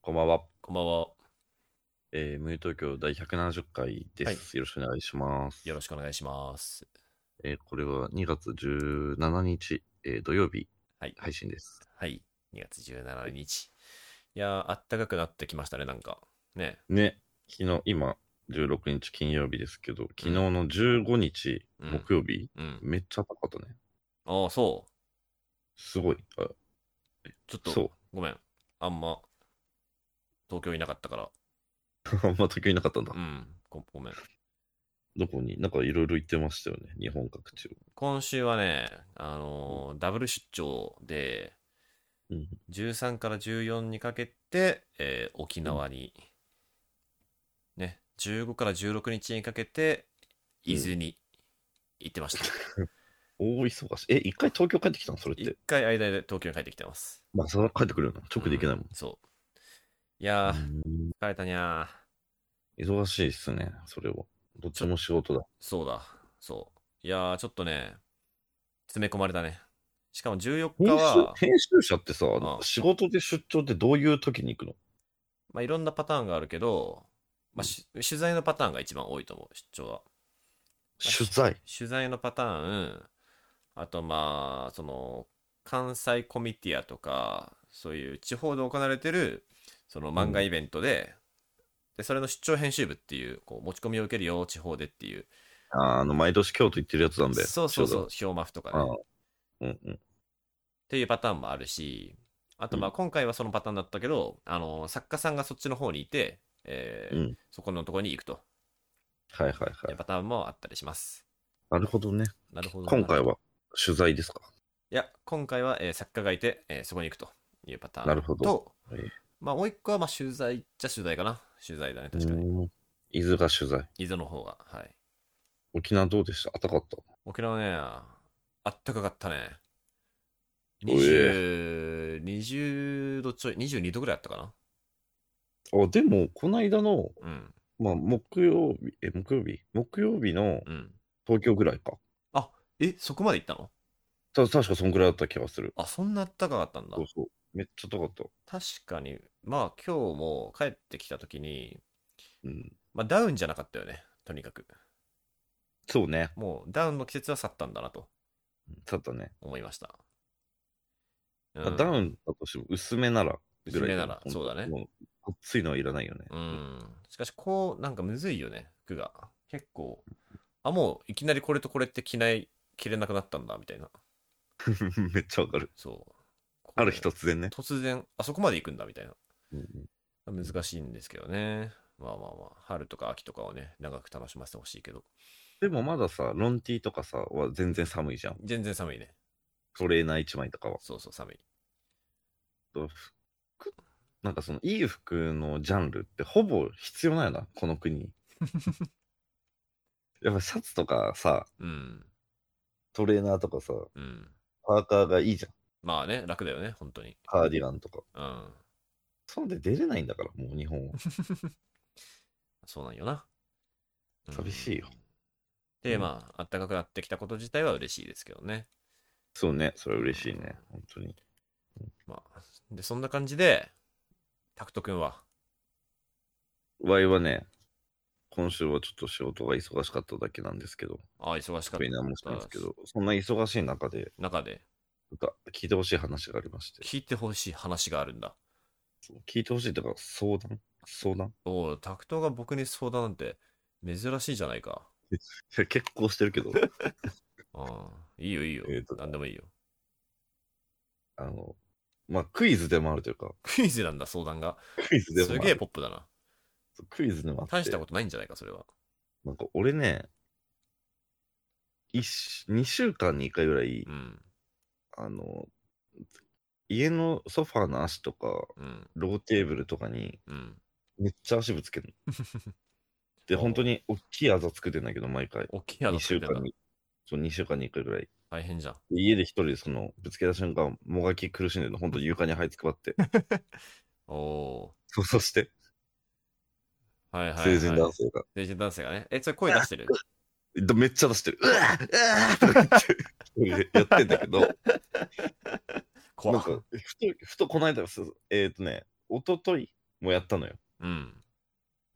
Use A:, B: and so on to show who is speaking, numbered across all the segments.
A: こんばんは。
B: こんばんは。
A: えー、無友東京第170回です、
B: はい
A: よろしくお願いします。
B: よろしくお願いします。
A: えーこれは2月17日、えー土曜日
B: はい。
A: 配信です。
B: はい。2月17日。いやー、あったかくなってきましたね、なんか。ね。
A: ね、昨日、今、16日金曜日ですけど、昨日の15日
B: うん
A: 木曜日、
B: うん。
A: めっちゃ高かったね。
B: ああ、そ
A: すごい。あ
B: う。ちょっ
A: そ
B: と、ごめん。あんま、東京いなかったから。
A: う。あ んま時計なかったんだ。
B: うん。ごごめん。
A: どこになんかいろいろ行ってましたよね。日本各地を。
B: 今週はね、あのーダブル出張で、
A: うん。
B: 13から14にかけて、えー沖縄に、ね、15から16日にかけて、伊豆に行ってました。
A: 大忙しい。え、一回東京帰ってきたのそれっ
B: 一
A: て。
B: 回間で東京に帰ってきてます。
A: まあ、それは帰ってくるよな。直で行けないもん
B: う。そう。いやー、
A: うん
B: 疲れたにゃー。
A: 忙しいっすね。それは。どっちも仕事だ。
B: そうだ、そう。いやー、ちょっとね、詰め込まれたね。しかも14日は、
A: 編集者ってさ、
B: ん
A: 仕事で出張ってどういう時に行くの
B: まあ、いろんなパターンがあるけど、まあ、し取材のパターンが一番多いと思う、出張は。
A: 取材。
B: 取材のパターン、あとまあ、その、関西コミティアとか、そういう地方で行われてる、その漫画イベントで、で、それの出張編集部っていう、こう、持ち込みを受けるよ、地方でっていう。
A: あーあの、毎年京都行ってるやつなんで。
B: そうそうそう
A: ち、
B: ヒョウマフとか
A: ょう
B: ね。っ
A: ど。あーうんうん。
B: ていうパターンもあるし、あとまあ、今回はそのパターンだったけど、あの、作家さんがそっちの方にいて、えー
A: うん
B: そこのところに行くと
A: はいはい
B: い
A: は
B: う
A: い。
B: パターンもあったりします。
A: なるほどね。
B: なるほどな。
A: 今回は取材ですか。
B: いや、今回は、えー作家がいて、えーそこに行くというパターン
A: なるほど
B: と、
A: ええ
B: まあ、もう一個は、まあ、取材っちゃ取材かな。取材だね、確かに。
A: うん伊豆が取材。
B: 伊豆の方が。はい。
A: 沖縄どうでした暖かかった。
B: 沖縄ね、あったかかったね。
A: え
B: 20、20度ちょい、22度ぐらいあったかな。
A: あ、でも、この間の、
B: うん、
A: まあ、木曜日、え、木曜日木曜日の
B: うん。
A: 東京ぐらいか。
B: あ、え、そこまで行ったの
A: た確かそんぐらいだった気がする。
B: あ、そんなあったかかったんだ
A: そう。そう。めっちゃ高かった。
B: 確かに、まあ、今日も帰ってきた時に、
A: うん。
B: まあ、ダウンじゃなかったよね、とにかく。
A: そうね。
B: もう、ダウンの季節は去ったんだなと
A: ただね。
B: 思いました。
A: まあ
B: うん
A: ダウンだとしても薄めならぐらいで
B: 薄めなら
A: ほんと
B: そうだね
A: もごっついのはいらないよね。
B: うん。しかし、こう、なんかむずいよね、服が。結構、あ、もういきなりこれとこれって着ない、着れなくなったんだ、みたいな。
A: めっちゃわかる。
B: そう。こう
A: ある日突然ね。
B: 突然、あそこまで行くんだ、みたいな。
A: うんうん
B: 難しいんですけどね。まあまあまあ、春とか秋とかをね、長く楽しませてほしいけど、
A: でもまださ、ロンティーとかさ、は全然寒いじゃん。
B: 全然寒いね。
A: トレーナー1枚とかは。
B: そうそう、寒い。
A: 服なんかその、いい服のジャンルってほぼ必要ないよな、この 国。やっぱシャツとかさ、
B: うん。
A: トレーナーとかさ、
B: うん。
A: パーカーがいいじゃん。
B: まあね、楽だよね、本当に。
A: カーディガンとか。
B: うん。
A: そんで出れないんだから、もう日本は。
B: そうなんよな。うん
A: 寂しいよ。
B: で、
A: うん
B: まあ、暖かくなってきたこと自体は嬉しいですけどね。
A: そうね、それは嬉しいね、本当に。
B: まあ、で、そんな感じで、タクト君は、
A: ワイはね、今週はちょっと仕事が忙しかっただけなんですけど、
B: ああ、忙しかっ
A: 特に何もしたたんですけど、そんな忙しい中で、
B: 中で、
A: なんか聞いてほしい話がありまして、
B: 聞いてほしい話があるんだ。
A: 聞いてほしいというか、相談相談
B: おお、タクトが僕に相談なんて、珍しいじゃないか。
A: いや結構してるけ ど、
B: ああ、いいよいいよ
A: えーと。
B: 何でもいいよ。
A: あの、まあ、クイズでもあるというか、
B: クイズなんだ、相談が。
A: クイズですもあ
B: げえ
A: る。
B: ポップだな。
A: クイズでもあっ
B: 大してた、ことないんじゃないか、それは。
A: なんか俺ね、2週間に1回ぐらい、
B: うん、
A: あの、家のソファーの足とか、
B: うん、
A: ローテーブルとかに
B: うん。
A: めっちゃ足ぶつけるの。 で、本当に大きいあざ作ってんだけど、毎回。
B: 大きい穴
A: 2
B: 作
A: 週
B: ってん
A: 間
B: だ。
A: に、そう、2週間に1回ぐらい。
B: 大変じゃん。
A: で家で一人でその、ぶつけた瞬間、もがき苦しんでるの、本当に床に這いつくば って。
B: おお
A: そう、そして、
B: ー。はいはい、はい。
A: 成人男性が、
B: 成人男性がね。え、それ声出 してる
A: でめっちゃ出してる。うわーうわーとか言って、やってんだけど、なん
B: 怖っ
A: か、ふと、ふとこの間、そうえっ、とね、一昨日もやったのよ。
B: うん。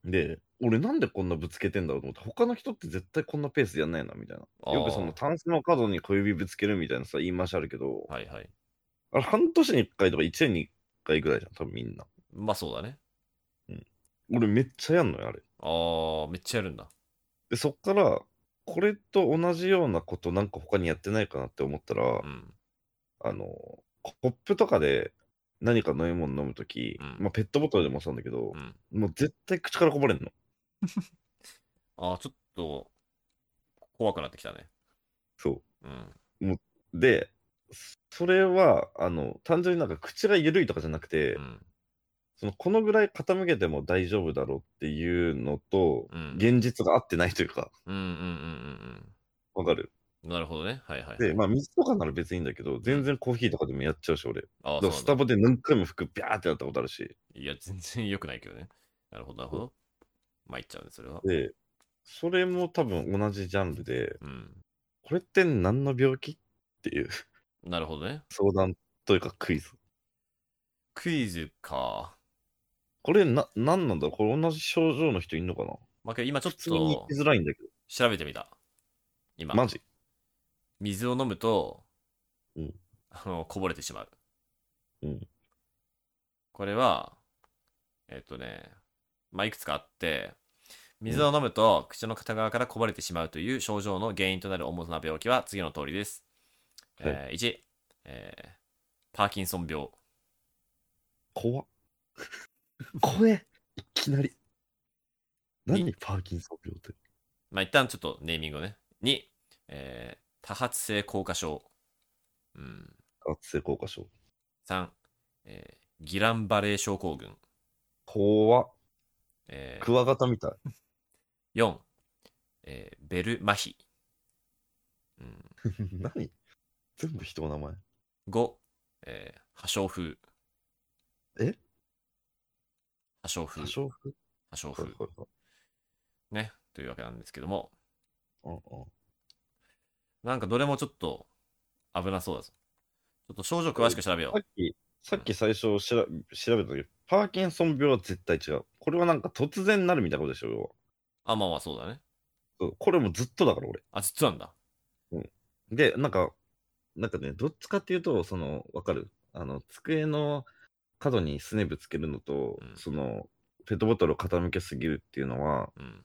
A: で、俺なんでこんなぶつけてんだろうと思って、他の人って絶対こんなペースでやんないな、みたいな。よくそのタンスの角に小指ぶつけるみたいなさ、言い回しあるけど、
B: はいはい。
A: あれ半年に1回とか1年に1回ぐらいじゃん、多分みんな。
B: まあそうだね。
A: 俺めっちゃやんのよ、あれ。
B: ああ、めっちゃやるんだ。
A: で、そっから、これと同じようなことなんか他にやってないかなって思ったら、
B: うん。
A: あの、コップとかで何か飲み物飲むとき、
B: うん
A: まあペットボトルでもそうなんだけど
B: う、ん。
A: もう絶対口からこぼれんの。
B: ああ、ちょっと、怖くなってきたね。
A: そ
B: うん。
A: う。で、それは、あの、単純になんか口が緩いとかじゃなくて、
B: うん。
A: そのこのぐらい傾けても大丈夫だろうっていうのと、
B: うん
A: 現実が合ってないというか、
B: うんうんうん
A: わかる。
B: うん。なるほどね。はいはい。
A: で、まあ水とかなら別にいいんだけど、全然コーヒーとかでもやっちゃうし、俺。
B: あ
A: だ
B: あ、
A: か
B: そ
A: ら
B: うなん
A: ス
B: だ
A: タバで何回も服ビャーってなったことあるし。
B: いや、全然良くないけどね。なるほど、なるほど。参っちゃうね、それは。
A: で、それも多分同じジャンルで、
B: うん。
A: これって何の病気っていう
B: なるほどね。
A: 相談というかクイズ。
B: クイズか。
A: これな、何なんだろうこれ同じ症状の人いんのかな
B: まあ、けど今ちょっ
A: 普通に
B: と
A: 行きづらいんだけど。
B: 調べてみた。今、
A: マジ
B: 水を飲むと、
A: うん
B: あのこぼれてしまう。
A: うん
B: これは、えっ、とね、まあ、いくつかあって、水を飲むと口の片側からこぼれてしまうという症状の原因となる主な病気は次の通りです。
A: はい
B: え1、えーパーキンソン病。
A: 怖っ。怖え。いきなり。
B: に
A: 何パーキンソン病って。
B: まあ、一旦ちょっとネーミングをね。2、えー多発性硬化症。うん、
A: 圧性硬化症。
B: 3、えーギランバレー症候群。
A: 怖っ。
B: えー
A: クワガタみたい。
B: 4、えーベル麻痺、うん、
A: 何全部人の名前。
B: 5、えー破傷風
A: え
B: 破傷風
A: 多少服
B: 破傷
A: はい
B: 風
A: はいはい
B: ねというわけなんですけども
A: うんうん
B: なんかどれもちょっと危なそうだぞちょっと症状詳しく調べよ
A: さっき、さっき最初しら調べたけど、パーキンソン病は絶対違う。これはなんか突然なるみたいなことでしょ要は
B: うあまあまあそうだね
A: そうこれもずっとだから俺。
B: あ実はなんだ
A: で、なんか、なんかね、どっちかっていうと、その、わかるあの、机の角にすねぶつけるのと、
B: うん
A: その、ペットボトルを傾けすぎるっていうのは、
B: うん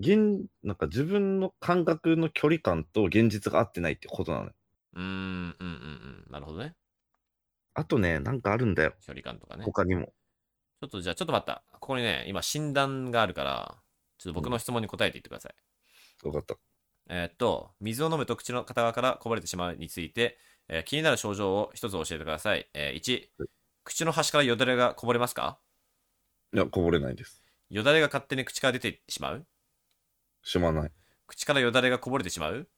A: 現、なんか自分の感覚の距離感と現実が合ってないってことなのよ。
B: うーんうんうんうんなるほどね
A: あとね、なんかあるんだよ。
B: 距離感とかね
A: 他にも。
B: ちょっとじゃあちょっと待ったここにね今診断があるからちょっと僕の質問に答えていってください、
A: わかった。
B: えーっと、水を飲むと口の片側からこぼれてしまうについて、えー気になる症状を一つ教えてください。えー1、口の端からよだれがこぼれますか
A: いや、こぼれないです。
B: よだれが勝手に口から出てしまう
A: しまない。
B: 口からよだれがこぼれてしまう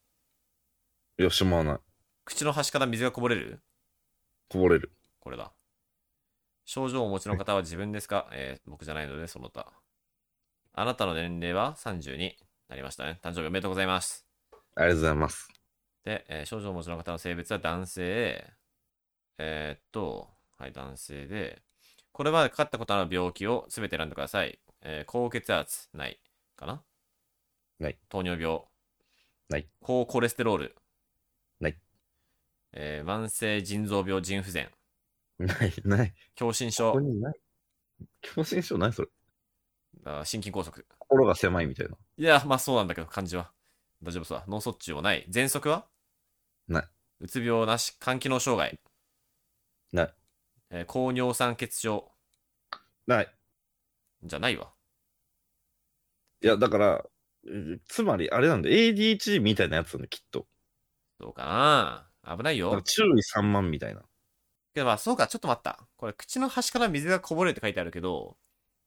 A: いや、しまわない。
B: 口の端から水がこぼれる
A: こぼれる。
B: これだ。症状をお持ちの方は自分ですか、えー僕じゃないので、その他。あなたの年齢は32になりましたね。誕生日おめでとうございます。
A: ありがとうございます。
B: で、えー症状をお持ちの方の性別は男性。えーっと、はい、男性で、これまでかかったことのある病気をすべて選んでください。えー高血圧、ない、かな
A: ない。
B: 糖尿病、
A: ない。
B: 高コレステロール、
A: ない。
B: えー慢性腎臓病、腎不全、
A: ない、ない。
B: 狭心
A: ここ
B: 症、
A: にない。狭心症ないそれ。
B: あー心筋梗塞。
A: 心が狭いみたいな。
B: いや、まあそうなんだけど、漢字は。大丈夫そうだ。脳卒中もない。喘息は
A: ないう
B: つ病なし、肝機能障害。
A: ない。
B: えー高尿酸血症
A: ない。
B: じゃないわ。
A: いや、だから、うんつまり、あれなんだ、ADHD みたいなやつなんだ、きっと。
B: どうかな危ない
A: だか
B: よ
A: ら。注意3万みたいな。
B: けどまあそうか、ちょっと待った。これ、口の端から水がこぼれるって書いてあるけど、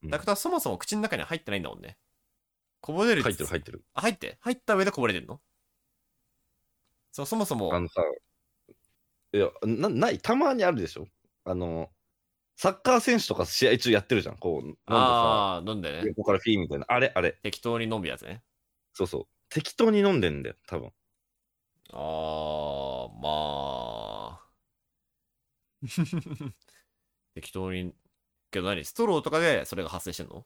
A: うん
B: ダクトはそもそも口の中には入ってないんだもんね。こぼれる
A: 入ってる、入
B: っ
A: って
B: て。
A: る。
B: あ、入って入った上でこぼれてんのそう、そもそも
A: あ、のさ、いや、な、ない、たまにあるでしょあの、サッカー選手とか試合中やってるじゃん。こう、飲んでさ、
B: ああー、飲んでね。
A: 横からフィーみたいな。あれ、あれ。
B: 適当に飲むやつね。
A: そうそう。適当に飲んでんだよ、多分。
B: ああ、まあ。適当にけど何ストローとかでそれが発生してんの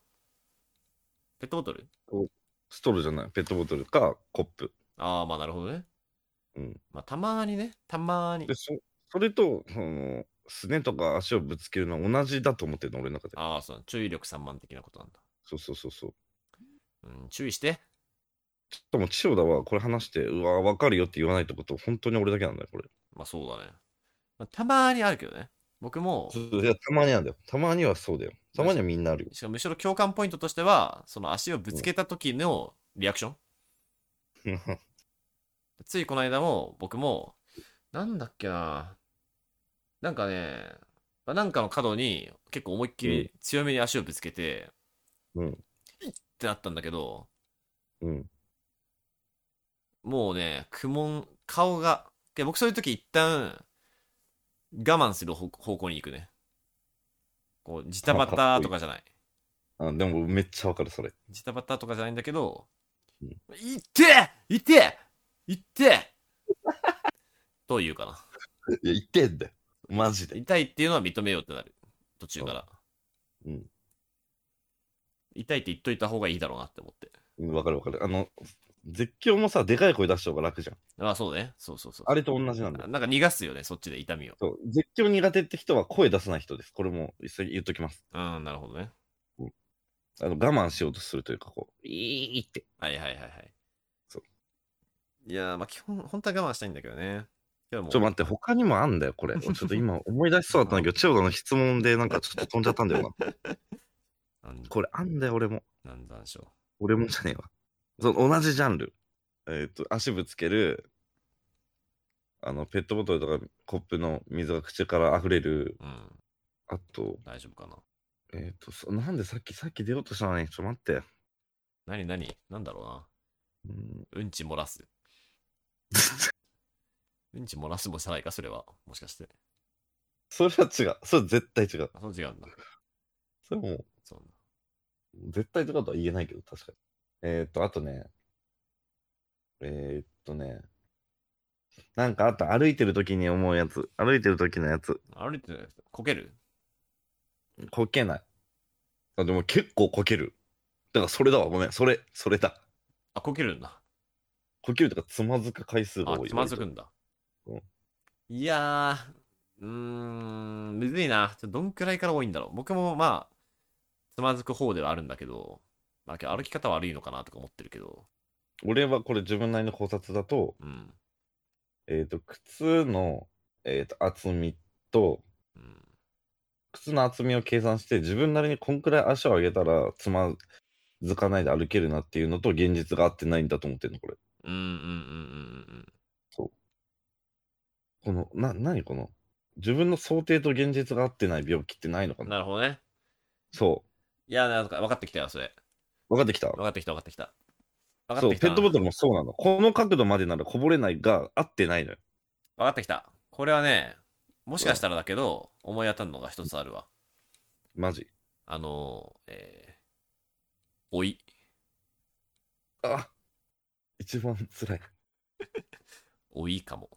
B: ペットボトル
A: ストローじゃない、ペットボトルかコップ。
B: ああ、まあなるほどね。
A: うん。
B: まあたまーにね、たまーに
A: で、。そそれと、その、すねとか足をぶつけるのは同じだと思ってるの、俺の中で。
B: ああ、そう、注意力散漫的なことなんだ。
A: そうそうそうそう。
B: うん、注意して。
A: ちょっともう、千代田はこれ話して、うわ、わかるよって言わないってこと、本当に俺だけなんだよ、これ。
B: まあそうだね。まあ、たまーにあるけどね。僕も
A: そ、ういや、たまになんだよ。たまにはそうだよ。たまにはみんなあるよ。
B: しかもむしろ共感ポイントとしては、その足をぶつけた時のリアクショ ン。ついこの間も、僕も、なんだっけな。なんかね、まあなんかの角に結構思いっき
A: うん
B: り強めに足をぶつけて、
A: うん
B: ってなったんだけど、
A: うん。
B: もうね、苦悶、顔が。で僕そういう時一旦、我慢する方方向に行くね。こう、ジタバタとかじゃない。
A: あでも、めっちゃわかる、それ。
B: ジタバタとかじゃないんだけど、
A: うん
B: いってえいってえい ってえというかな。
A: いや、言ってんだよ。マジで。
B: 痛いっていうのは認めようってなる。途中から。
A: うん。
B: 痛いって言っといた方がいいだろうなって思って。
A: うんわかるわかる。あの、絶叫もさ、でかい声出した方が楽じゃん。
B: ああ、そうね。そうそうそう。
A: あれと同じなんだよ。
B: なんか逃がすよね、そっちで痛みを。
A: そう絶叫苦手って人は声出さない人です。これも一緒に言っときます。
B: うん、なるほどね。
A: あの我慢しようとするというか、こう、いいって。
B: はいはいはいはい。
A: そう。
B: いやー、まあ基本、本当は我慢したいんだけどね。けども
A: ちょっと待って、他にもあんだよ、 これ。ちょっと今思い出しそうだったんだけど、千代田の質問でなんかちょっと飛んじゃったんだよな。
B: なん
A: これあんだよ、俺も。
B: なんだでしょ
A: 俺もじゃねえわ。その同じジャンル。えっ、と、足ぶつける、あの、ペットボトルとかコップの水が口から溢れる、
B: う。うん、
A: あと、
B: 大丈夫かな。
A: えっ、とそ、なんでさっき、さっき出ようとしたのに、ちょっと待って。
B: 何何なんだろうな。
A: うん
B: うんち漏 らす。うんち漏らすもじゃないか、それは。もしかして。
A: それは違う。それ絶対違う。
B: あ、そう違うんだ。
A: それもう、
B: そうなんだ
A: 絶対とかとは言えないけど、確かに。えっ、と、あとね、えっとね、なんかあと歩いてる時に思うやつ、歩いてる時のやつ、
B: 歩いてないこける
A: こけない。あ、でも結構こける。だからそれだわ、ごめん、それ、それだ。
B: あ、こけるんだ。
A: こけるとかつまずく回数が
B: あ
A: 多い。、
B: つまずく
A: 割
B: んだ
A: うん。
B: いやー、うーん、むずいな。ちょどんくらいから多いんだろう。僕もまあ、つまずく方ではあるんだけど、まあ、けど歩き方悪いのかなとか思ってるけど、
A: と俺はこれ自分なりの考察だと、
B: うん。
A: えっ、と、靴の、えー、と厚みと、
B: うん、
A: 靴の厚みを計算して自分なりにこんくらい足を上げたらつまずかないで歩けるなっていうのと現実が合ってないんだと思ってるのこれ
B: うん、うん、うん、うん
A: このな何この自分の想定と現実が合ってない病気ってないのか
B: うん。
A: な
B: なるほどね。
A: そ
B: いや、なんか分かってきたよ、それ。
A: う分かってきた
B: 分かってきた、分かってきた。分か
A: そ
B: っ
A: う
B: てきた
A: ペ
B: な。
A: ットボトルもそうなのこの角度までならこぼれないが合ってないのよ
B: 分かってきた。これはね、もしかしたらだけど、思い当たるのが一つあるわ。
A: マジ
B: あのー、えー、老い。
A: あ一番辛い
B: 老いかも。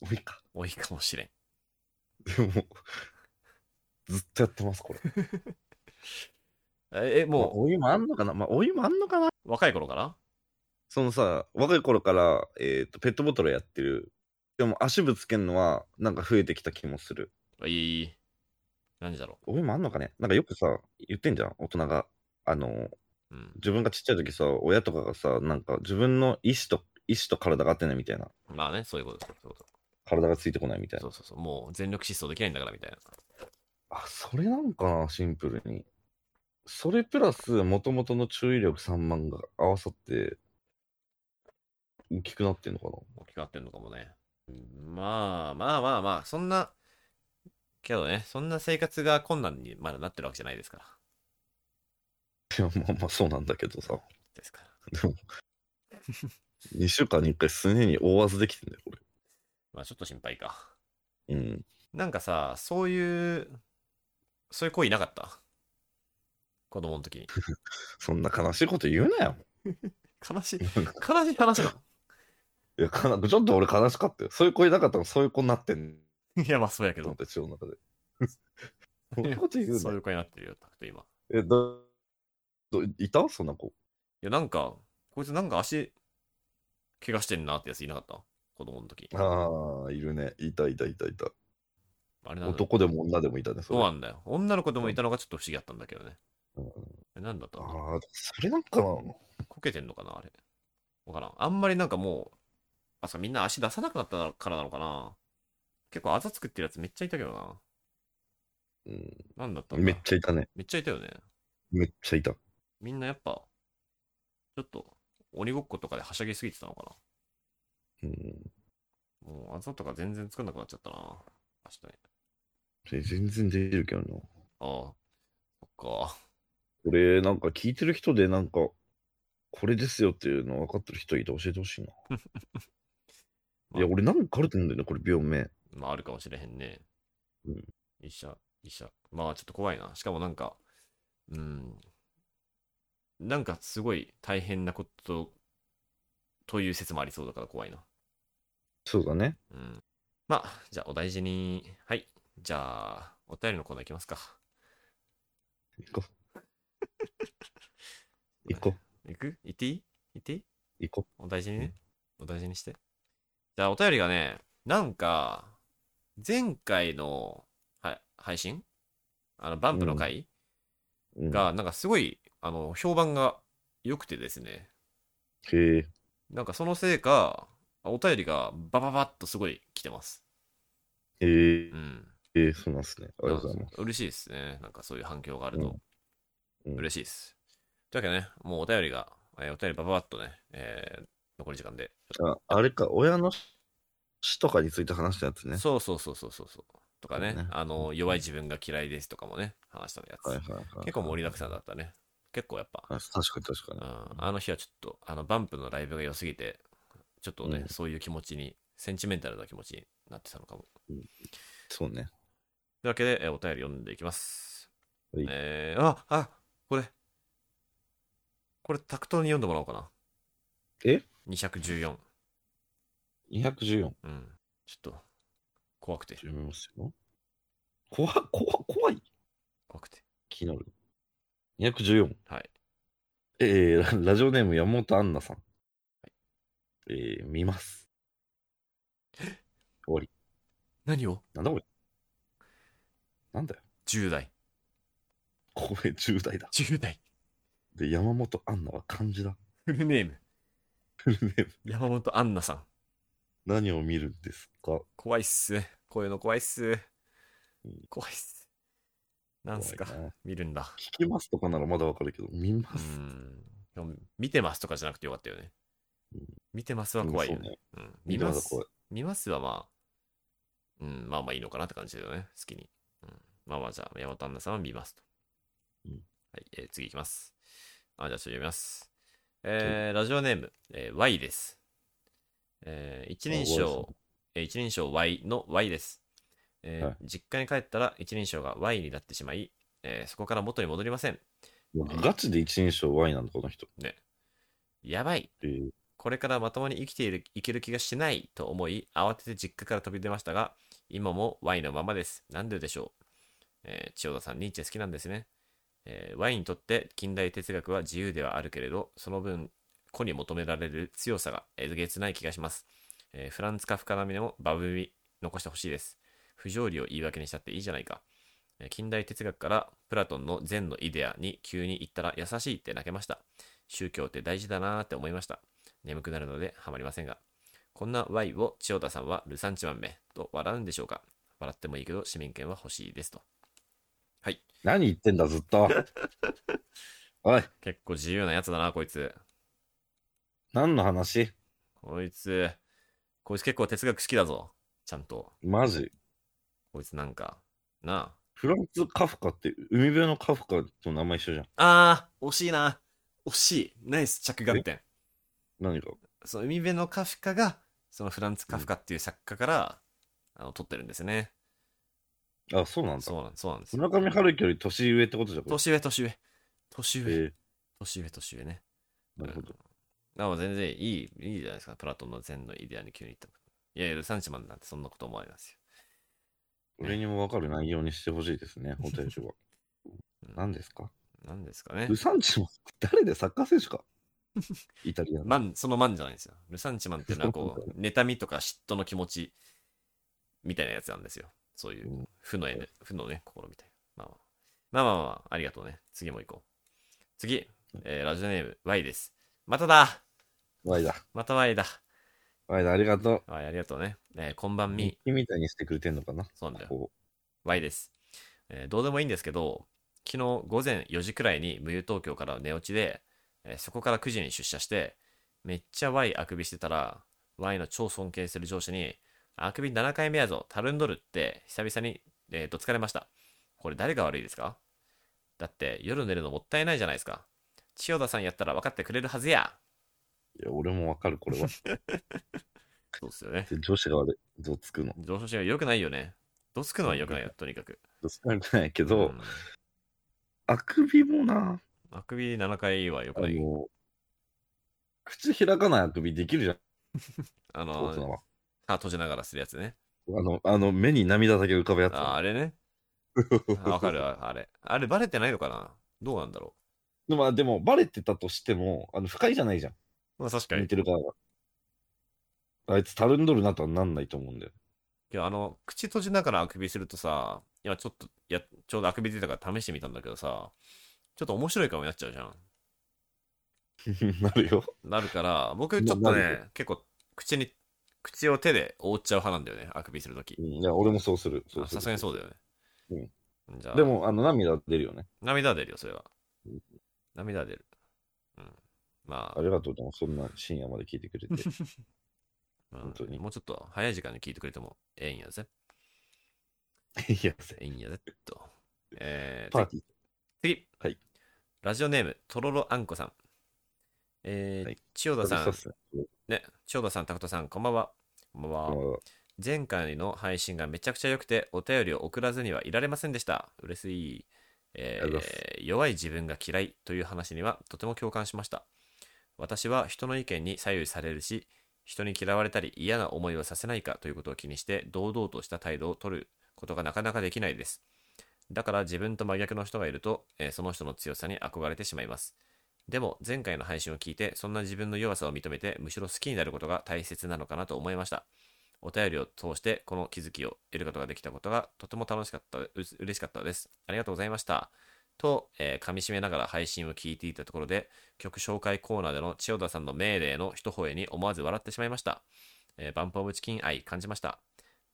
A: 多いか
B: 老いかもしれん。
A: でもずっとやってますこれ
B: え、え
A: もう
B: も
A: お湯もあんのかなまあお湯もあんのかな
B: う、若い頃から
A: そのさ、若い頃から、えー、とペットボトルやってる。でも足ぶつけるのはなんか増えてきた気もする。
B: いい。何時だろ
A: 俺もあんのかねなんかよくさ、言ってんじゃん、大人が。あの、
B: う。うん。
A: 自分がちっちゃい時さ、親とかがさ、なんか自分の意思と、意思と体が合ってないみたいな。
B: まあね、そういうことです。そういうこ
A: 体がついてこないみた
B: と
A: いな。
B: そうそうそう。もう全力疾走できないんだからみたいな。
A: あ、それなんかな、シンプルに。それプラス、もともとの注意力3万が合わさって、大きくなってんのかな
B: 大きくなってんのかもね。うんまあまあまあまあ、そんな、けどね、そんな生活が困難にまだなってるわけじゃないですから。
A: いや、まあまあそうなんだけどさ。
B: ですから。
A: でも、2週間に1回すねに大わずできてんだよ、こ
B: まあちょっと心配か。
A: れ。うん。
B: なんかさ、そういう、そういう行為なかった子供の時に。
A: そんな悲しいこと言うなよ。
B: 悲しい、悲しい話だ。
A: いや、かなちょっと俺悲し かったよ。そういう子いなかったらそういう子になってん
B: いや、まあそうやけ
A: と思
B: ど
A: っ。て、血の中で。 そんなこと言う
B: そうい
A: の
B: う子になってるよ、タクト今。い
A: え、ど、どいたそんな子。
B: や、なんか、こいつなんか足、怪我してんなってやついなかった子供の時。あ
A: ああ、いるね。いたいたいたいた。
B: れなんだ
A: 男でも女でもいたね、そ
B: そう
A: れ。
B: な
A: あ
B: んだよ。女の子でもいたのがちょっと不思議だったんだけどね。
A: うん
B: えなんだったの
A: あー、それなんかな。
B: こけてんのかなあれ。わからん。あんまりなんかもう、あ、そうみんな足出さなくなったからなのかな結構あざ作ってるやつめっちゃいたけどな。
A: うん、
B: なんだったんだ
A: めっちゃいたね。
B: めっちゃいたよね。
A: めっちゃいた。
B: みんなやっぱ、ちょっと、鬼ごっことかではしゃぎすぎてたのか
A: うん、
B: なもう、あざとか全然作んなくなっちゃったな。明日に。
A: え全然出るけどな。
B: ああ。そっか。
A: これ、なんか聞いてる人で、なんか、これですよっていうの分かってる人いて教えてほ しいな。
B: まあ
A: いや、俺なんかあると思うんだよね、これ病名。
B: まあ、あるかもしれへんね。
A: うん
B: 医者、医者。まあ、ちょっと怖いな。しかもなんか、うん。なんかすごい大変なこと、という説もありそうだから怖いな。
A: そうだね。
B: うん。まあ、じゃあお大事に。はい。じゃあ、お便りのコーナーいきますか。
A: 行こ う。行こう。
B: 行く行っていい行っていい
A: 行こ
B: お大事にね。お大事にして。じゃあ、お便りがね、なんか、前回のは配信あの、バンプの回、
A: う。うん、
B: が、なんかすごい、あの、評判が良くてですね。
A: へえ。
B: なんかそのせいか、お便りがバババッとすごい来てます。
A: へえ
B: う。ん。
A: へえ、そうなんすね。ありがとうございます。
B: 嬉しいですね。なんかそういう反響があると。
A: うんうん
B: 嬉しいです。というわけでね、もうお便りが、えーお便りバババッとね、えー残り時間で。
A: ああれか、親の死とかについて話したやつね。
B: そうそうそうそうそうそう。とかね、
A: そうね
B: あの、弱い自分が嫌いですとかもね、話したやつ。
A: はいはいはい。
B: 結構盛りだくさんだったね。結構やっぱ、
A: あ確かに確か
B: う
A: に。
B: ん、あの日はちょっと、あの、バンプのライブが良すぎて、ちょっとね、
A: うん
B: そういう気持ちに、センチメンタルな気持ちになってたのかも。
A: そうね。
B: というわけで、えーお便り読んでいきます。
A: はい
B: えーあ、あ、これ。これ、タクトに読んでもらおうかな。
A: え
B: ?214。
A: 214。
B: うん。ちょっと、怖くて、
A: 読みますよ。怖っ怖っ怖い。
B: 怖くて。
A: 気になる。214。
B: はい。
A: え ー、ララジオネーム山本アンナさん。えー、見ます。
B: 何を
A: なんだこれなんだよ。
B: ?10 代。
A: これ10代だ。
B: 10代。
A: で、山本アンナは漢字だ。
B: フルネーム。
A: フルネーム
B: 山本アンナさん。
A: 何を見るんですか
B: 怖いっす。こういうの怖いっす
A: うん。
B: 怖いっす。なんすか
A: 怖いな。
B: 見るんだ。
A: 聞きますとかならまだわかるけど、見ま
B: う
A: す。
B: ん。でも見てますとかじゃなくてよかったよね
A: うん。
B: 見てますは怖いよ
A: そう
B: ね。うん、見
A: 見
B: ま
A: ますす。。怖い
B: 見ますはまあ、うん、まあまあいいのかなって感じだよね。好きに。うん、まあまあじゃあ、山本アンナさんは見ますと。
A: うん
B: はい、えー次いきます。あ、じゃあちょっと読みます。えーラジオネーム、えー Y です。えー一人
A: あ Y
B: 称、えー一人称 Y の Y です。えー
A: はい
B: 実家に帰ったら一人称が Y になってしまい、えーそこから元に戻りません。
A: いやガチで一人称 Y なんだ、この人。
B: やばい。
A: えー、
B: これからまともに生きているいける気がしないと思い慌てて実家から飛び出ましたが今もワインのままですなんででしょう、えー千代田さんニーチェ好きなんですね、えーワインにとって近代哲学は自由ではあるけれどその分個に求められる強さがえげつない気がします、えーフランツ・カフカ並みでもバブに残してほしいです不条理を言い訳にしたっていいじゃないかえー近代哲学からプラトンの善のイデアに急に行ったら優しいって泣けました宗教って大事だなーって思いました眠くなるのでハマりませんが、こんな Y を千代田さんはルサンチマンめと笑うんでしょうか笑ってもいいけど市民権は欲しいですと。はい。
A: 何言ってんだ、ずっ と。おい、
B: 結構自由なやつだな、こいつ。
A: 何の話
B: こいつ、こいつ結構哲学好きだぞ。ちゃんと。
A: マジ
B: こいつなんか、な
A: フランツ・カフカって、海辺のカフカと名前一緒じゃん。
B: あ。あー、惜しいな。惜しい。ナイス着眼点。
A: 何が
B: その海辺のカフカが、そのフランツ・カフカっていう作家から、あの、撮ってるんですね。
A: あ、そうなんだ。
B: そうなんそうなんですよ。
A: 村上春樹より年上ってことじゃん。こ
B: 年上、年上。
A: れ
B: 年上、
A: え
B: 年上、年上ね。
A: ーなるほど。
B: うんあ、まあ全然いい、いいじゃないですか。プラトンの善のイデアに急に言った。いやいや、ルサンチマンなんてそんなこと思われますよ。
A: 俺にもわかる内容にしてほしいです ね、ホテルは。何ですか
B: なんですかね
A: ル。サンチマン、誰でサッカー選 手かイタリアの。
B: マン、そのマンじゃないんですよ。ルサンチマンっていうのはこう、妬みとか嫉妬の気持ちみたいなやつなんですよ。そういううん負の,、ね、負のね、心みたいな。まあまあ、まあまあまあ、ありがとうね。次も行こう。次、えーラジオネーム Y です。まただ
A: ワイだ。
B: また Y だ
A: ワイだ、ありがと
B: Y ありがとうね。えーこんばん
A: う。
B: み
A: 日。記みたいにしてくれてんのかな
B: そうなんだよ
A: こ
B: Y です、えーどうでもいいんですけど、昨日午前4時くらいに無友東京から寝落ちで、えーそこから9時に出社して、めっちゃ Y あくびしてたら、Y の超尊敬する上司に、あくび7回目やぞ、たるんどるって久々に、えー、どつかれました。これ誰が悪いですかだって夜寝るのもったいないじゃないですか。千代田さんやったら分かってくれるはずや。
A: ういや、俺もわかる、これ は。
B: そうですよね。
A: 女子が悪い。どつくの。
B: 上司が良くないよね。どつくのは良くないよ、とにかく。
A: どつかれてないけど、
B: ん
A: あくびもな、
B: あくび7回は良
A: あ
B: くない。
A: の、口開かないあくびできるじゃん、大
B: あの
A: 人は。
B: 歯閉じながらするやつね。
A: あの、あの、目に涙だけ浮かぶやつ。
B: ああれ ね。あわかるわ、あれ。あれ、バレてないのかなどうなんだろ
A: でも、でも、バレてたとしても、あの、不快じゃないじゃん。
B: う。まあ、確か
A: 見
B: に。
A: てる側が。あいつ、たるんどるなとはなんないと思うん だよ。
B: いやあの、口閉じながらあくびするとさ、今ちょっと、や、ちょうどあくび出たから試してみたんだけどさ、ちょっと面白い顔になっちゃうじゃん。
A: なるよ。
B: なるから、僕ちょっと
A: ななる
B: ね、結構、口に、口を手で覆っちゃう派なんだよね、あくびするとき
A: う。んいや、俺もそうする。そ
B: あ
A: うする
B: さすがにそうだよね。じゃあ、
A: で、も、あの、涙出るよね。
B: 涙は出るよ、それは
A: うん。
B: 涙は出る。うん。ま
A: ありがとうでも、そんな深夜まで聞いてくれて。
B: あ、
A: 本当に
B: うんもうちょっと早い時間に聞いてくれてもええんやぜ。
A: いや、
B: ええんやぜ、と。えー、
A: パーティー。
B: 次。
A: はい
B: ラジオネーム、とろろあんこさん。えー
A: はい
B: 千代田さ
A: そうんっ、すね
B: ね、千代田さん、タクトさん、こんばんは。こんばんは。
A: まあ
B: 前回の配信がめちゃくちゃ良くて、お便りを送らずにはいられませんでした。うれしい。えー
A: ありがとうござい
B: 弱い自分が嫌いという話にはとても共感しました。私は人の意見に左右されるし、人に嫌われたり嫌な思いをさせないかということを気にして、堂々とした態度を取ることがなかなかできないです。だから自分と真逆の人がいると、えーその人の強さに憧れてしまいます。でも前回の配信を聞いて、そんな自分の弱さを認めて、むしろ好きになることが大切なのかなと思いました。お便りを通してこの気づきを得ることができたことがとても楽しかった、う嬉しかったです。ありがとうございました。と、えー噛み締めながら配信を聞いていたところで、曲紹介コーナーでの千代田さんの命令の一声に思わず笑ってしまいました。えーバンプオブチキン愛感じました。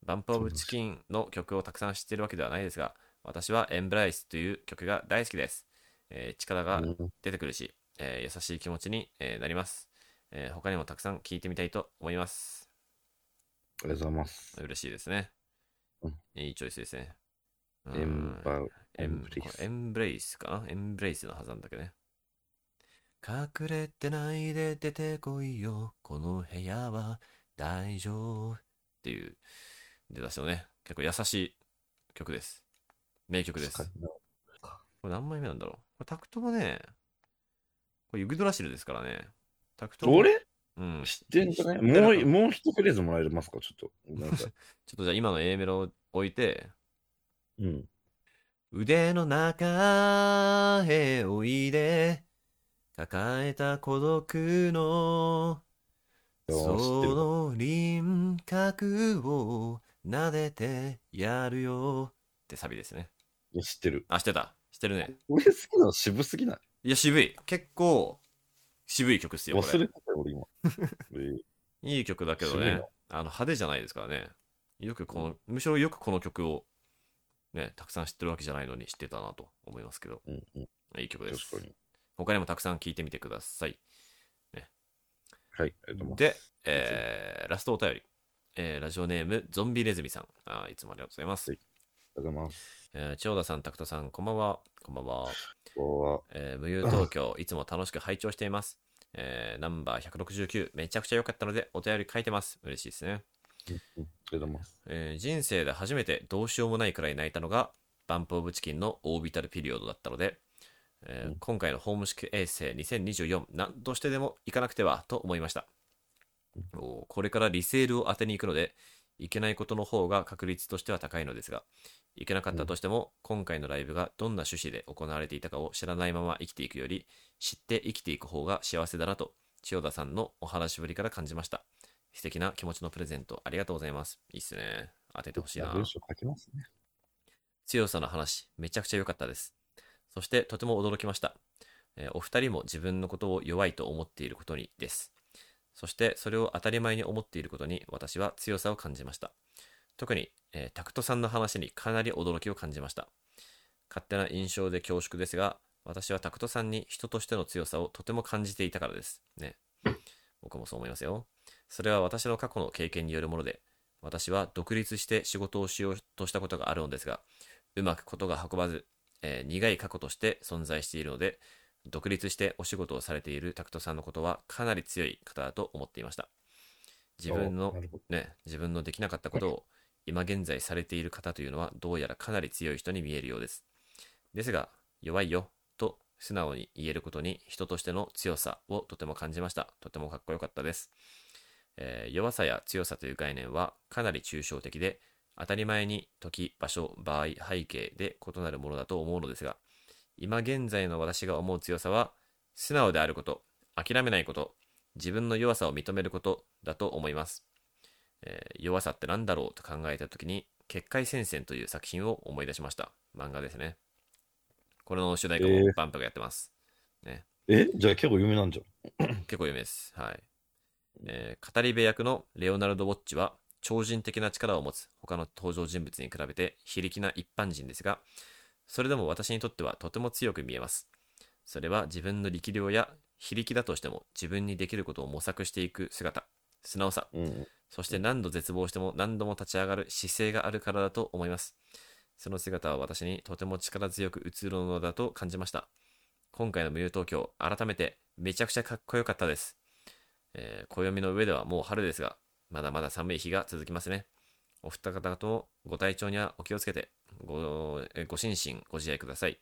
B: バンプオブチキンの曲をたくさん知っているわけではないですが、私はエンブライスという曲が大好きです。えー力が
A: うん
B: 出てくるし、えー優しい気持ちに、えーなります、えー他にもたくさん聞いてみたいと思います。
A: ありがとうございます。
B: 嬉しいですね。
A: うん
B: いいチョイスですね。うん
A: エンバー、
B: エン
A: エンブレイス
B: エンブレイスかなエンブレイスのはずなんだけどね。隠れてないで出てこいよ。この部屋は大丈夫。っていう出だしのね、結構優しい曲です。名曲です。
A: 使い
B: これ何枚目なんだろうこれタクトもね、これユグドラシルですからね。タクトも
A: 俺
B: うん。
A: 知ってんじゃない
B: 知ってな
A: も
B: か
A: う
B: った
A: い、もう一フレーズもらえますかちょっと。ご めんなさい。
B: ちょっとじゃあ今の A メロを置いて、
A: うん。
B: 腕の中へおいで抱えた孤独の
A: いやー知ってるわ
B: その輪郭を撫でてやるよってサビですね
A: いや知ってる。
B: あしてたしてるね
A: 俺好きなの渋すぎない
B: いや渋い結構渋い曲っすよこ
A: 忘
B: れ
A: れてたよ、俺今。え ー
B: いい曲だけど
A: 渋い
B: ね
A: な
B: あの派手じゃないですからねよくこのむしろよくこの曲をねたくさん知ってるわけじゃないのに知ってたなと思いますけど
A: うんうん、
B: いい曲です
A: 確かに。
B: 他にもたくさん聴いてみてください。
A: はい、ありがとうござい
B: で、えーラストお便り、えーラジオネーム、ゾンビレズミさん。あーいつもありがとうございます。
A: はいます。
B: えー千代田さん、拓人さん、こんばんは。こんばんは。
A: こ
B: えー無憂東 京、いつも楽しく拝聴しています。えーナンバー169、めちゃくちゃ良かったので、お便り書いてます。嬉しいですね。
A: んばんは。ありがとうございます。
B: えー人生で初めてどうしようもないくらい泣いたのが、バンプオブチキンのオービタルピリオドだったので、え
A: う
B: ー
A: ん
B: 今回のホーム式衛星2024、何としてでも行かなくてはと思いました。おーこれからリセールを当てに行くので、いけないことの方が確率としては高いのですが、いけなかったとしても、今回のライブがどんな趣旨で行われていたかを知らないまま生きていくより、知って生きていく方が幸せだなと、千代田さんのお話しぶりから感じました。素敵な気持ちのプレゼントありがとうございます。いいっすね。当ててほしい
A: じゃ
B: な
A: あ。文章書きますね。
B: 強さの話、めちゃくちゃ良かったです。そして、とても驚きました。えーお二人も自分のことを弱いと思っていることにです。そして、それを当たり前に思っていることに、私は強さを感じました。特に、えータクトさんの話にかなり驚きを感じました。勝手な印象で恐縮ですが、私はタクトさんに人としての強さをとても感じていたからです。ね。僕もそう思いますよ。それは私の過去の経験によるもので、私は独立して仕事をしようとしたことがあるのですが、うまくことが運ばず、えー苦い過去として存在しているので、独立してお仕事をされているタクトさんのことはかなり強い方だと思っていました。自分の
A: おなるほど
B: ね、自分のできなかったことを今現在されている方というのはどうやらかなり強い人に見えるようです。ですが、弱いよと素直に言えることに人としての強さをとても感じました。とてもかっこよかったです。えー弱さや強さという概念はかなり抽象的で、当たり前に時、場所、場合、背景で異なるものだと思うのですが、今現在の私が思う強さは、素直であること、諦めないこと、自分の弱さを認めることだと思います。えー弱さって何だろうと考えた時に「結界戦線」という作品を思い出しました漫画ですねこれの主題歌
A: え
B: も
A: ー
B: バンプがやってます、
A: え、じゃあ結構有名なんじゃん。
B: 結構有名ですはい、えー語り部役のレオナルド・ウォッチは超人的な力を持つ他の登場人物に比べて非力な一般人ですがそれでも私にとってはとても強く見えますそれは自分の力量や非力だとしても自分にできることを模索していく姿素直さ
A: うん。
B: そして何度絶望しても何度も立ち上がる姿勢があるからだと思います。その姿は私にとても力強く映るのだと感じました。今回の無料東京、改めてめちゃくちゃかっこよかったです。えー暦の上ではもう春ですが、まだまだ寒い日が続きますね。お二方ともご体調にはお気をつけて、ごえーご心身ご自愛ください。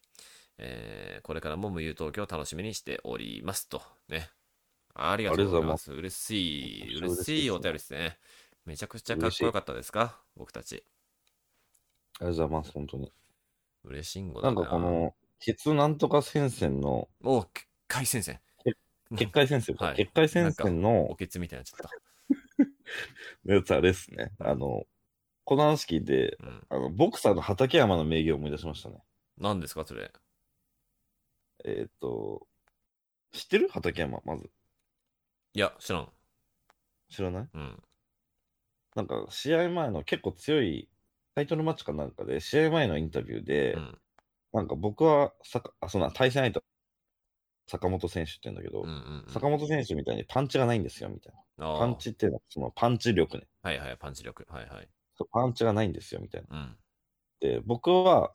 B: えーこれからも無友東京を楽しみにしておりますと。ね。ありがとうございます。嬉しい、嬉しいお便りですね。めちゃくちゃかっこよかったですか僕たち。
A: ありがとうございます、本当に。
B: 嬉しいんご
A: な
B: だ
A: ん
B: な。
A: かこの、鉄なんとか戦線の、
B: おう、結界戦線。
A: 結界戦線か、
B: はい
A: 結界戦線の
B: おけつみたいになっちゃっ
A: やつあれっすね。あの、この話聞いて、
B: た。うん。
A: あの、ボクサーの畠山の名言を思い出しましたね。
B: 何ですか、それ。
A: えーっと、知ってる畠山、まず。
B: いや、知らん。
A: 知らない
B: うん。
A: なんか、試合前の結構強い、タイトルマッチかなんかで、試合前のインタビューで、
B: うん。
A: なんか僕はさか、あ、そうな、対戦相手、坂本選手って言うんだけど、
B: うんうんうん。
A: 坂本選手みたいにパンチがないんですよ、みたい
B: あ
A: な。
B: ー
A: パンチっていうのは、そのパンチ力ね。
B: はいはい、パンチ力。はいはい。
A: そうパンチがないんですよ、みたいな。
B: うん。
A: で、僕は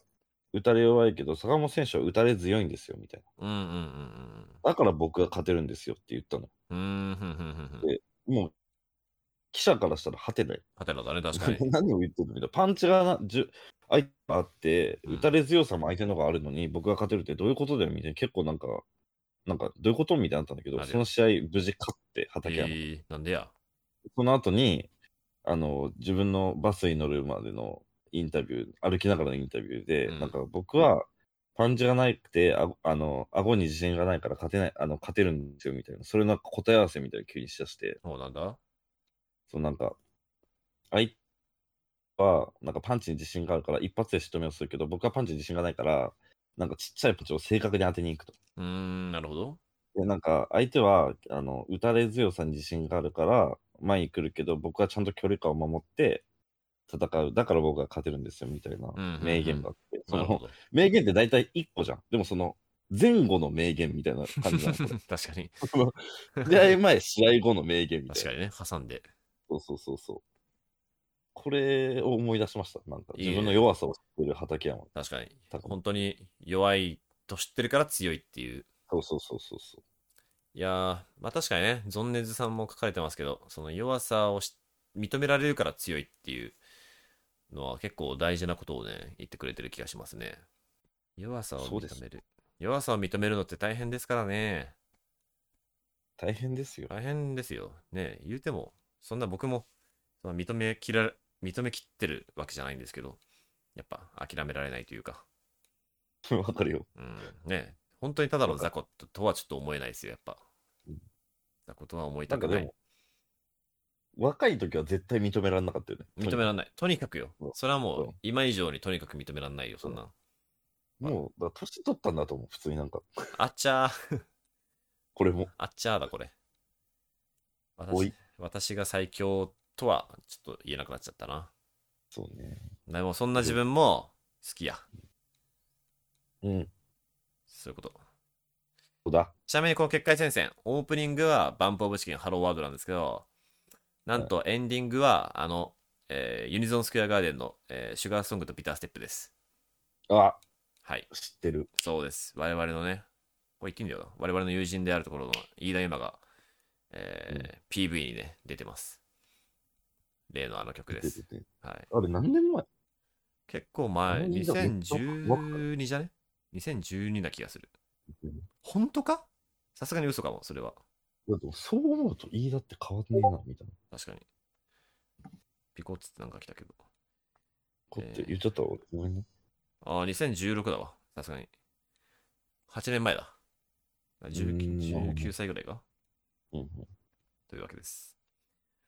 A: 打たれ弱いけど、坂本選手は打たれ強いんですよ、みたい
B: うんうん
A: な。だから僕が勝てるんですよって言ったの。
B: うんうん。うん、ふんふんふんふん。
A: でもう、記者からしたら果てない。
B: ハテナだね、確かに。
A: 何を言ってるんだけど、パンチがなじゅ相手があって、
B: うん
A: 打たれ強さも相手のがあるのに、僕が勝てるってどういうことだよ、みたいな。結構なんか、なんか、どういうことみたいになったんだけ
B: あ
A: ど、
B: るよ
A: その試合、無事勝って、
B: え
A: 畠山。
B: ー、なんでや。
A: その後に、あの、自分のバスに乗るまでのインタビュー、歩きながらのインタビューで、
B: うん
A: なんか僕はパンチがなくて、ああの、顎に自信がないから勝てない、あの、勝てるんですよ、みたいな。それのなんか答え合わせみたいなの急にしだして、
B: そうなんだ。
A: そのなんか、相手は、なんかパンチに自信があるから、一発で仕留めをするけど、僕はパンチに自信がないから、なんかちっちゃいパンチを正確に当てに行くと。
B: うーん、なるほど。
A: で、なんか、相手は、あの、打たれ強さに自信があるから、前に来るけど、僕はちゃんと距離感を守って戦う。だから僕が勝てるんですよ、みたいな
B: うんうんうん
A: 名言があって。そ
B: なる
A: の、
B: ほど。
A: 名言って大体1個じゃん。でもその、前後の名言みたいな感じなの。こ
B: 確かに。
A: れ試合前、試合後の名言みたい
B: 確か
A: な。
B: にね、挟んで。
A: そうそうそうそう。これを思い出しました。なんか、
B: いいね
A: 自分の弱さを知ってる畠山。
B: 確かに。
A: 高
B: 本当に弱いと知ってるから強いっていう
A: そうそうそうそうそう。
B: いやー、まあ確かにね、ゾンネズさんも書かれてますけど、その弱さをし認められるから強いっていうのは結構大事なことをね、言ってくれてる気がしますね。弱さを
A: そうです
B: 認める。弱さを認めるのって大変ですからね。
A: 大変ですよ。
B: 大変ですよ。ね、言うても、そんな僕も、その認めきら、認めきってるわけじゃないんですけど、やっぱ諦められないというか、
A: わかるよ。
B: うん、ね、本当にただの雑魚ととはちょっと思えないですよ、やっぱ
A: うん。
B: 雑魚とは思い
A: な
B: た
A: んか
B: く
A: で
B: ない
A: も。、若い時は絶対認められなかったよね。
B: 認めらんない。とにかくよ
A: うん。
B: それ
A: う
B: はも
A: ん
B: う、今以上にとにかく認めらんないよ、そんなん。
A: もう、だから年取ったんだと思う、普通になんか。
B: あっちゃー、
A: これも。
B: あっちゃーだ、これ。
A: おい
B: 私私が最強とは、ちょっと言えなくなっちゃったな。
A: そうね。
B: でも、そんな自分も好きや。
A: うん。
B: そういうこと。
A: そうだ。
B: ちなみにこの結界戦線、オープニングはバンプオブチキンハローワードなんですけど、なんとエンディングは、あの、えーユニゾンスクエアガーデンの、えーシュガーソングとビターステップです。
A: あ、
B: はい、
A: 知ってる。
B: そうです。我々のね、これ言っていいんだよな。我々の友人であるところの飯田山が、えー PV にね、出てます。例のあの曲で
A: 出
B: す
A: て。て
B: はい。
A: あれ、何年前
B: 結構前、
A: あの飯田めっちゃ
B: 2012じゃね ?2012 な気がする。本当かさすがに嘘かも、それは。
A: だってそう思うと、いいだって変わんねえな、みたいな。
B: 確かに。ピコッツってなんか来たけど。
A: こうやって言っちゃったわ。ごめんね。
B: ああ、2016だわ。さすがに。8年前だ。
A: うーん
B: 19, 19歳ぐらいか
A: うんうん。
B: というわけです。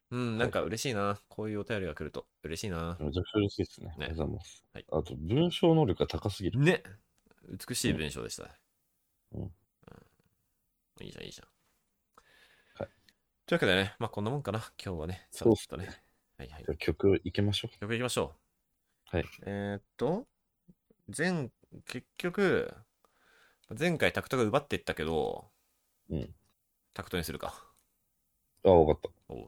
B: うん、なんか嬉しいな。こういうお便りが来ると嬉しいな。
A: めちゃくちゃ嬉しいですね。
B: ね
A: ありがとうございます。
B: はい
A: あと、文章能力が高すぎる。
B: ね美しい文章でした。
A: うん
B: うんいいじゃん、いいじゃん。
A: はい。
B: というわけでね、まあこんなもんかな。今日はね、
A: そうっす
B: さらっとね。はいはい
A: じ。ゃあ曲いきましょ
B: 曲いきましょう。
A: はい。
B: えーっと、前、結局、前回タクトが奪っていったけど、
A: うん
B: タクトにするか。
A: う。あ、わかっ
B: おう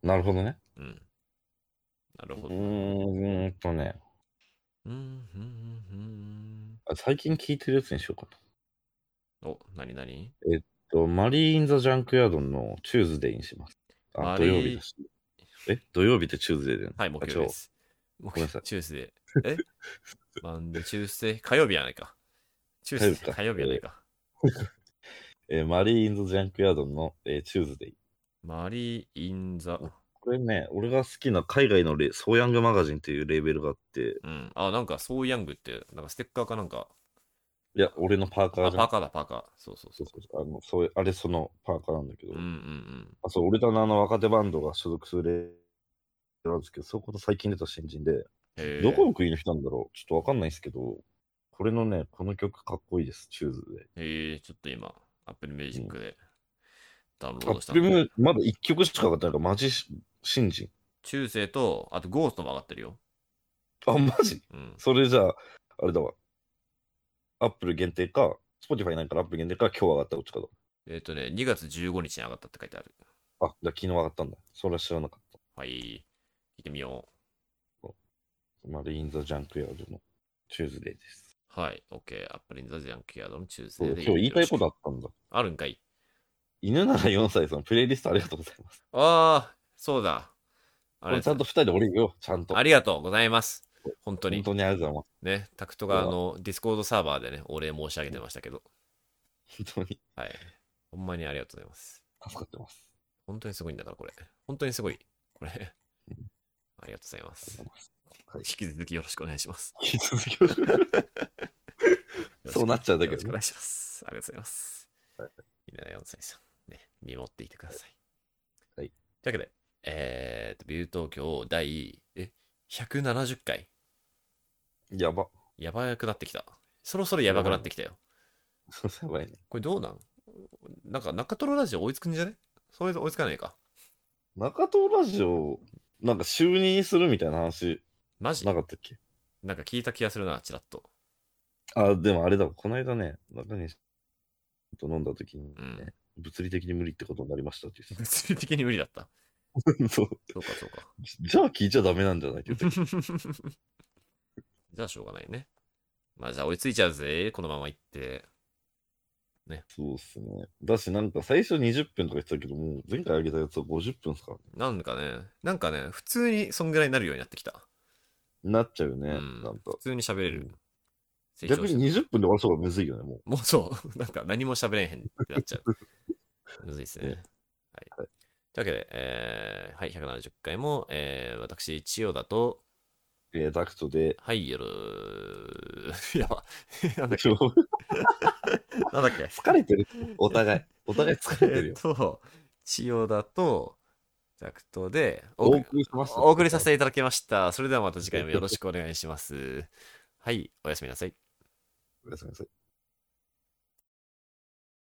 A: た。なるほどね。
B: うん。なる
A: う
B: ほど。
A: ーんとね、
B: うん、うん、うん、
A: あ最近聴いてるやつにしようか
B: うん。お、なになに
A: な。とマリー・イン・ザ・ジャンクヤードのチューズデイにします。あ、
B: マ
A: 土
B: リー
A: 曜日だし。え土曜日ってチューズデイだよね。
B: はい、木曜日です。木
A: めんなさい
B: チュース デー。えマンデー、チュースデー、火曜日やないか。チュースデー、火
A: 火
B: 曜
A: 曜
B: 日
A: 日か
B: やないか。
A: あ違うえーマリー・イン・ザ・ジャンクヤードの、えーチューズデイ。
B: マリー・イン・ザ。
A: これね、俺が好きな海外のレソーヤングマガジンというレーベルがあって、
B: うん。あ、なんか、ソー・ヤングって、なんかステッカーかなんか。
A: いや、俺のパーカー
B: あ、
A: じ
B: パ
A: ゃ
B: ー
A: ん。
B: カーだ、パーカー。そうそう
A: そ
B: そ
A: そ
B: うう。
A: うそうあのそういうあれそのパーカーなんだけど、
B: うんうんうん。
A: あそう俺とあの若手バンドが所属するレーベルなんですけど、そこと最近出た新人で、
B: へー
A: どこの国の人なんだろうちょっとわかんないですけど、これのね、この曲かっこいいです、チューズで。
B: えー、ちょっと今、Apple Music でダウンロ
A: ア
B: ードし
A: ッ
B: た
A: プ
B: の。
A: ルもまだ1曲しか上がってないから、マジし新人。
B: 中世と、あとゴーストも上がってるよ。
A: あ、マジ
B: うん。
A: それじゃあ、あれだわ。アップル限定か、Spotify ないからアップル限定か、今日上がったどっちか
B: えっ、とね、2月15日に上がったって書いてある。
A: だ。あ、じゃあ昨日上がったんだ。それは知らなかっ
B: はい。聞いてみよ
A: た。マリーン・ザ・ジャンクヤードのチューズデーです。
B: う。はい。OK。Apple in the Jan k i a d の中世
A: そう
B: で。
A: 今日言いたいことあったんだ。
B: あるんかい。
A: 犬なら4歳さん、プレイリストありがとうございます。
B: ああ、そうだ。あ
A: こ
B: れ
A: れちゃんと2人で降りるよ、ちゃんと。
B: ありがとうございます。本当
A: 本
B: に。
A: 当にありがとうござい
B: ね、タクトがあの、ディスコードサーバーでね、お礼申し上げてましたけど。
A: ます。本当に
B: はい。ほんまにありがとうございます。
A: 助かってます。
B: 本当にすごいんだから、これ。本当にすごい。これ。ありがとうござい
A: あり
B: ま
A: が
B: す
A: とう。ございますはい
B: 引き続きよろしくお願いします。
A: 引き続きよろしくそうなっちゃうんだけ
B: よろしく
A: どね
B: お願いします。ありがとうございます。
A: はい
B: 稲田4歳さん、ね、見守っていてください。
A: はい
B: というわけで、えー、と、ビュー東京第え170回。
A: やば。
B: やばくなってきた。そろそろやばくなってきたよ。
A: そうやばいね。
B: これどうなんなんか中トロラジオ追いつくんじゃねそれで追いつかないか。
A: 中東ラジオ、なんか就任するみたいな話
B: マジ
A: なかったっけ
B: なんか聞いた気がするな、ちらっと。
A: あ、でもあれだわ、この間ね、中西と飲んだ時にね、
B: うん
A: 物理的に無理ってことになりましたって言
B: 物理的に無理だった。
A: ってた そう。
B: そうか、そうか。
A: じゃあ聞いちゃダメなんじゃないって言って
B: じゃあしょうがないね。まあじゃあ追いついちゃうぜ、このまま行って。
A: そうっすね。だし、なんか最初20分とか言ってたけど、もう前回あげたやつは50分っすからね
B: なんかね、なんかね、普通にそんぐらいになるようになってきた。
A: なっちゃうね、
B: うん
A: なんか
B: 普。通に喋れる。成長
A: 逆
B: して
A: に20分で終わらそうがむずいよね、もう。
B: もうそう、なんか何も喋れへんってなっちゃう。むずいっすね。
A: ね
B: はい。
A: はい
B: というわけで、えーはい、170回も、えー私、千代田と、
A: えー、ダクトで、
B: はい、よろー、 やば、 なんだっけ、
A: 疲
B: なんだっけ、
A: れてる。お互い。お互い疲れてるよ
B: え。ーと、千代田と、ダクトでお
A: お
B: 送り、
A: 送りしました。
B: お送りさせていただきました。それではまた次回もよろしくお願いします。はい、おやすみなさい。
A: おやすみなさい。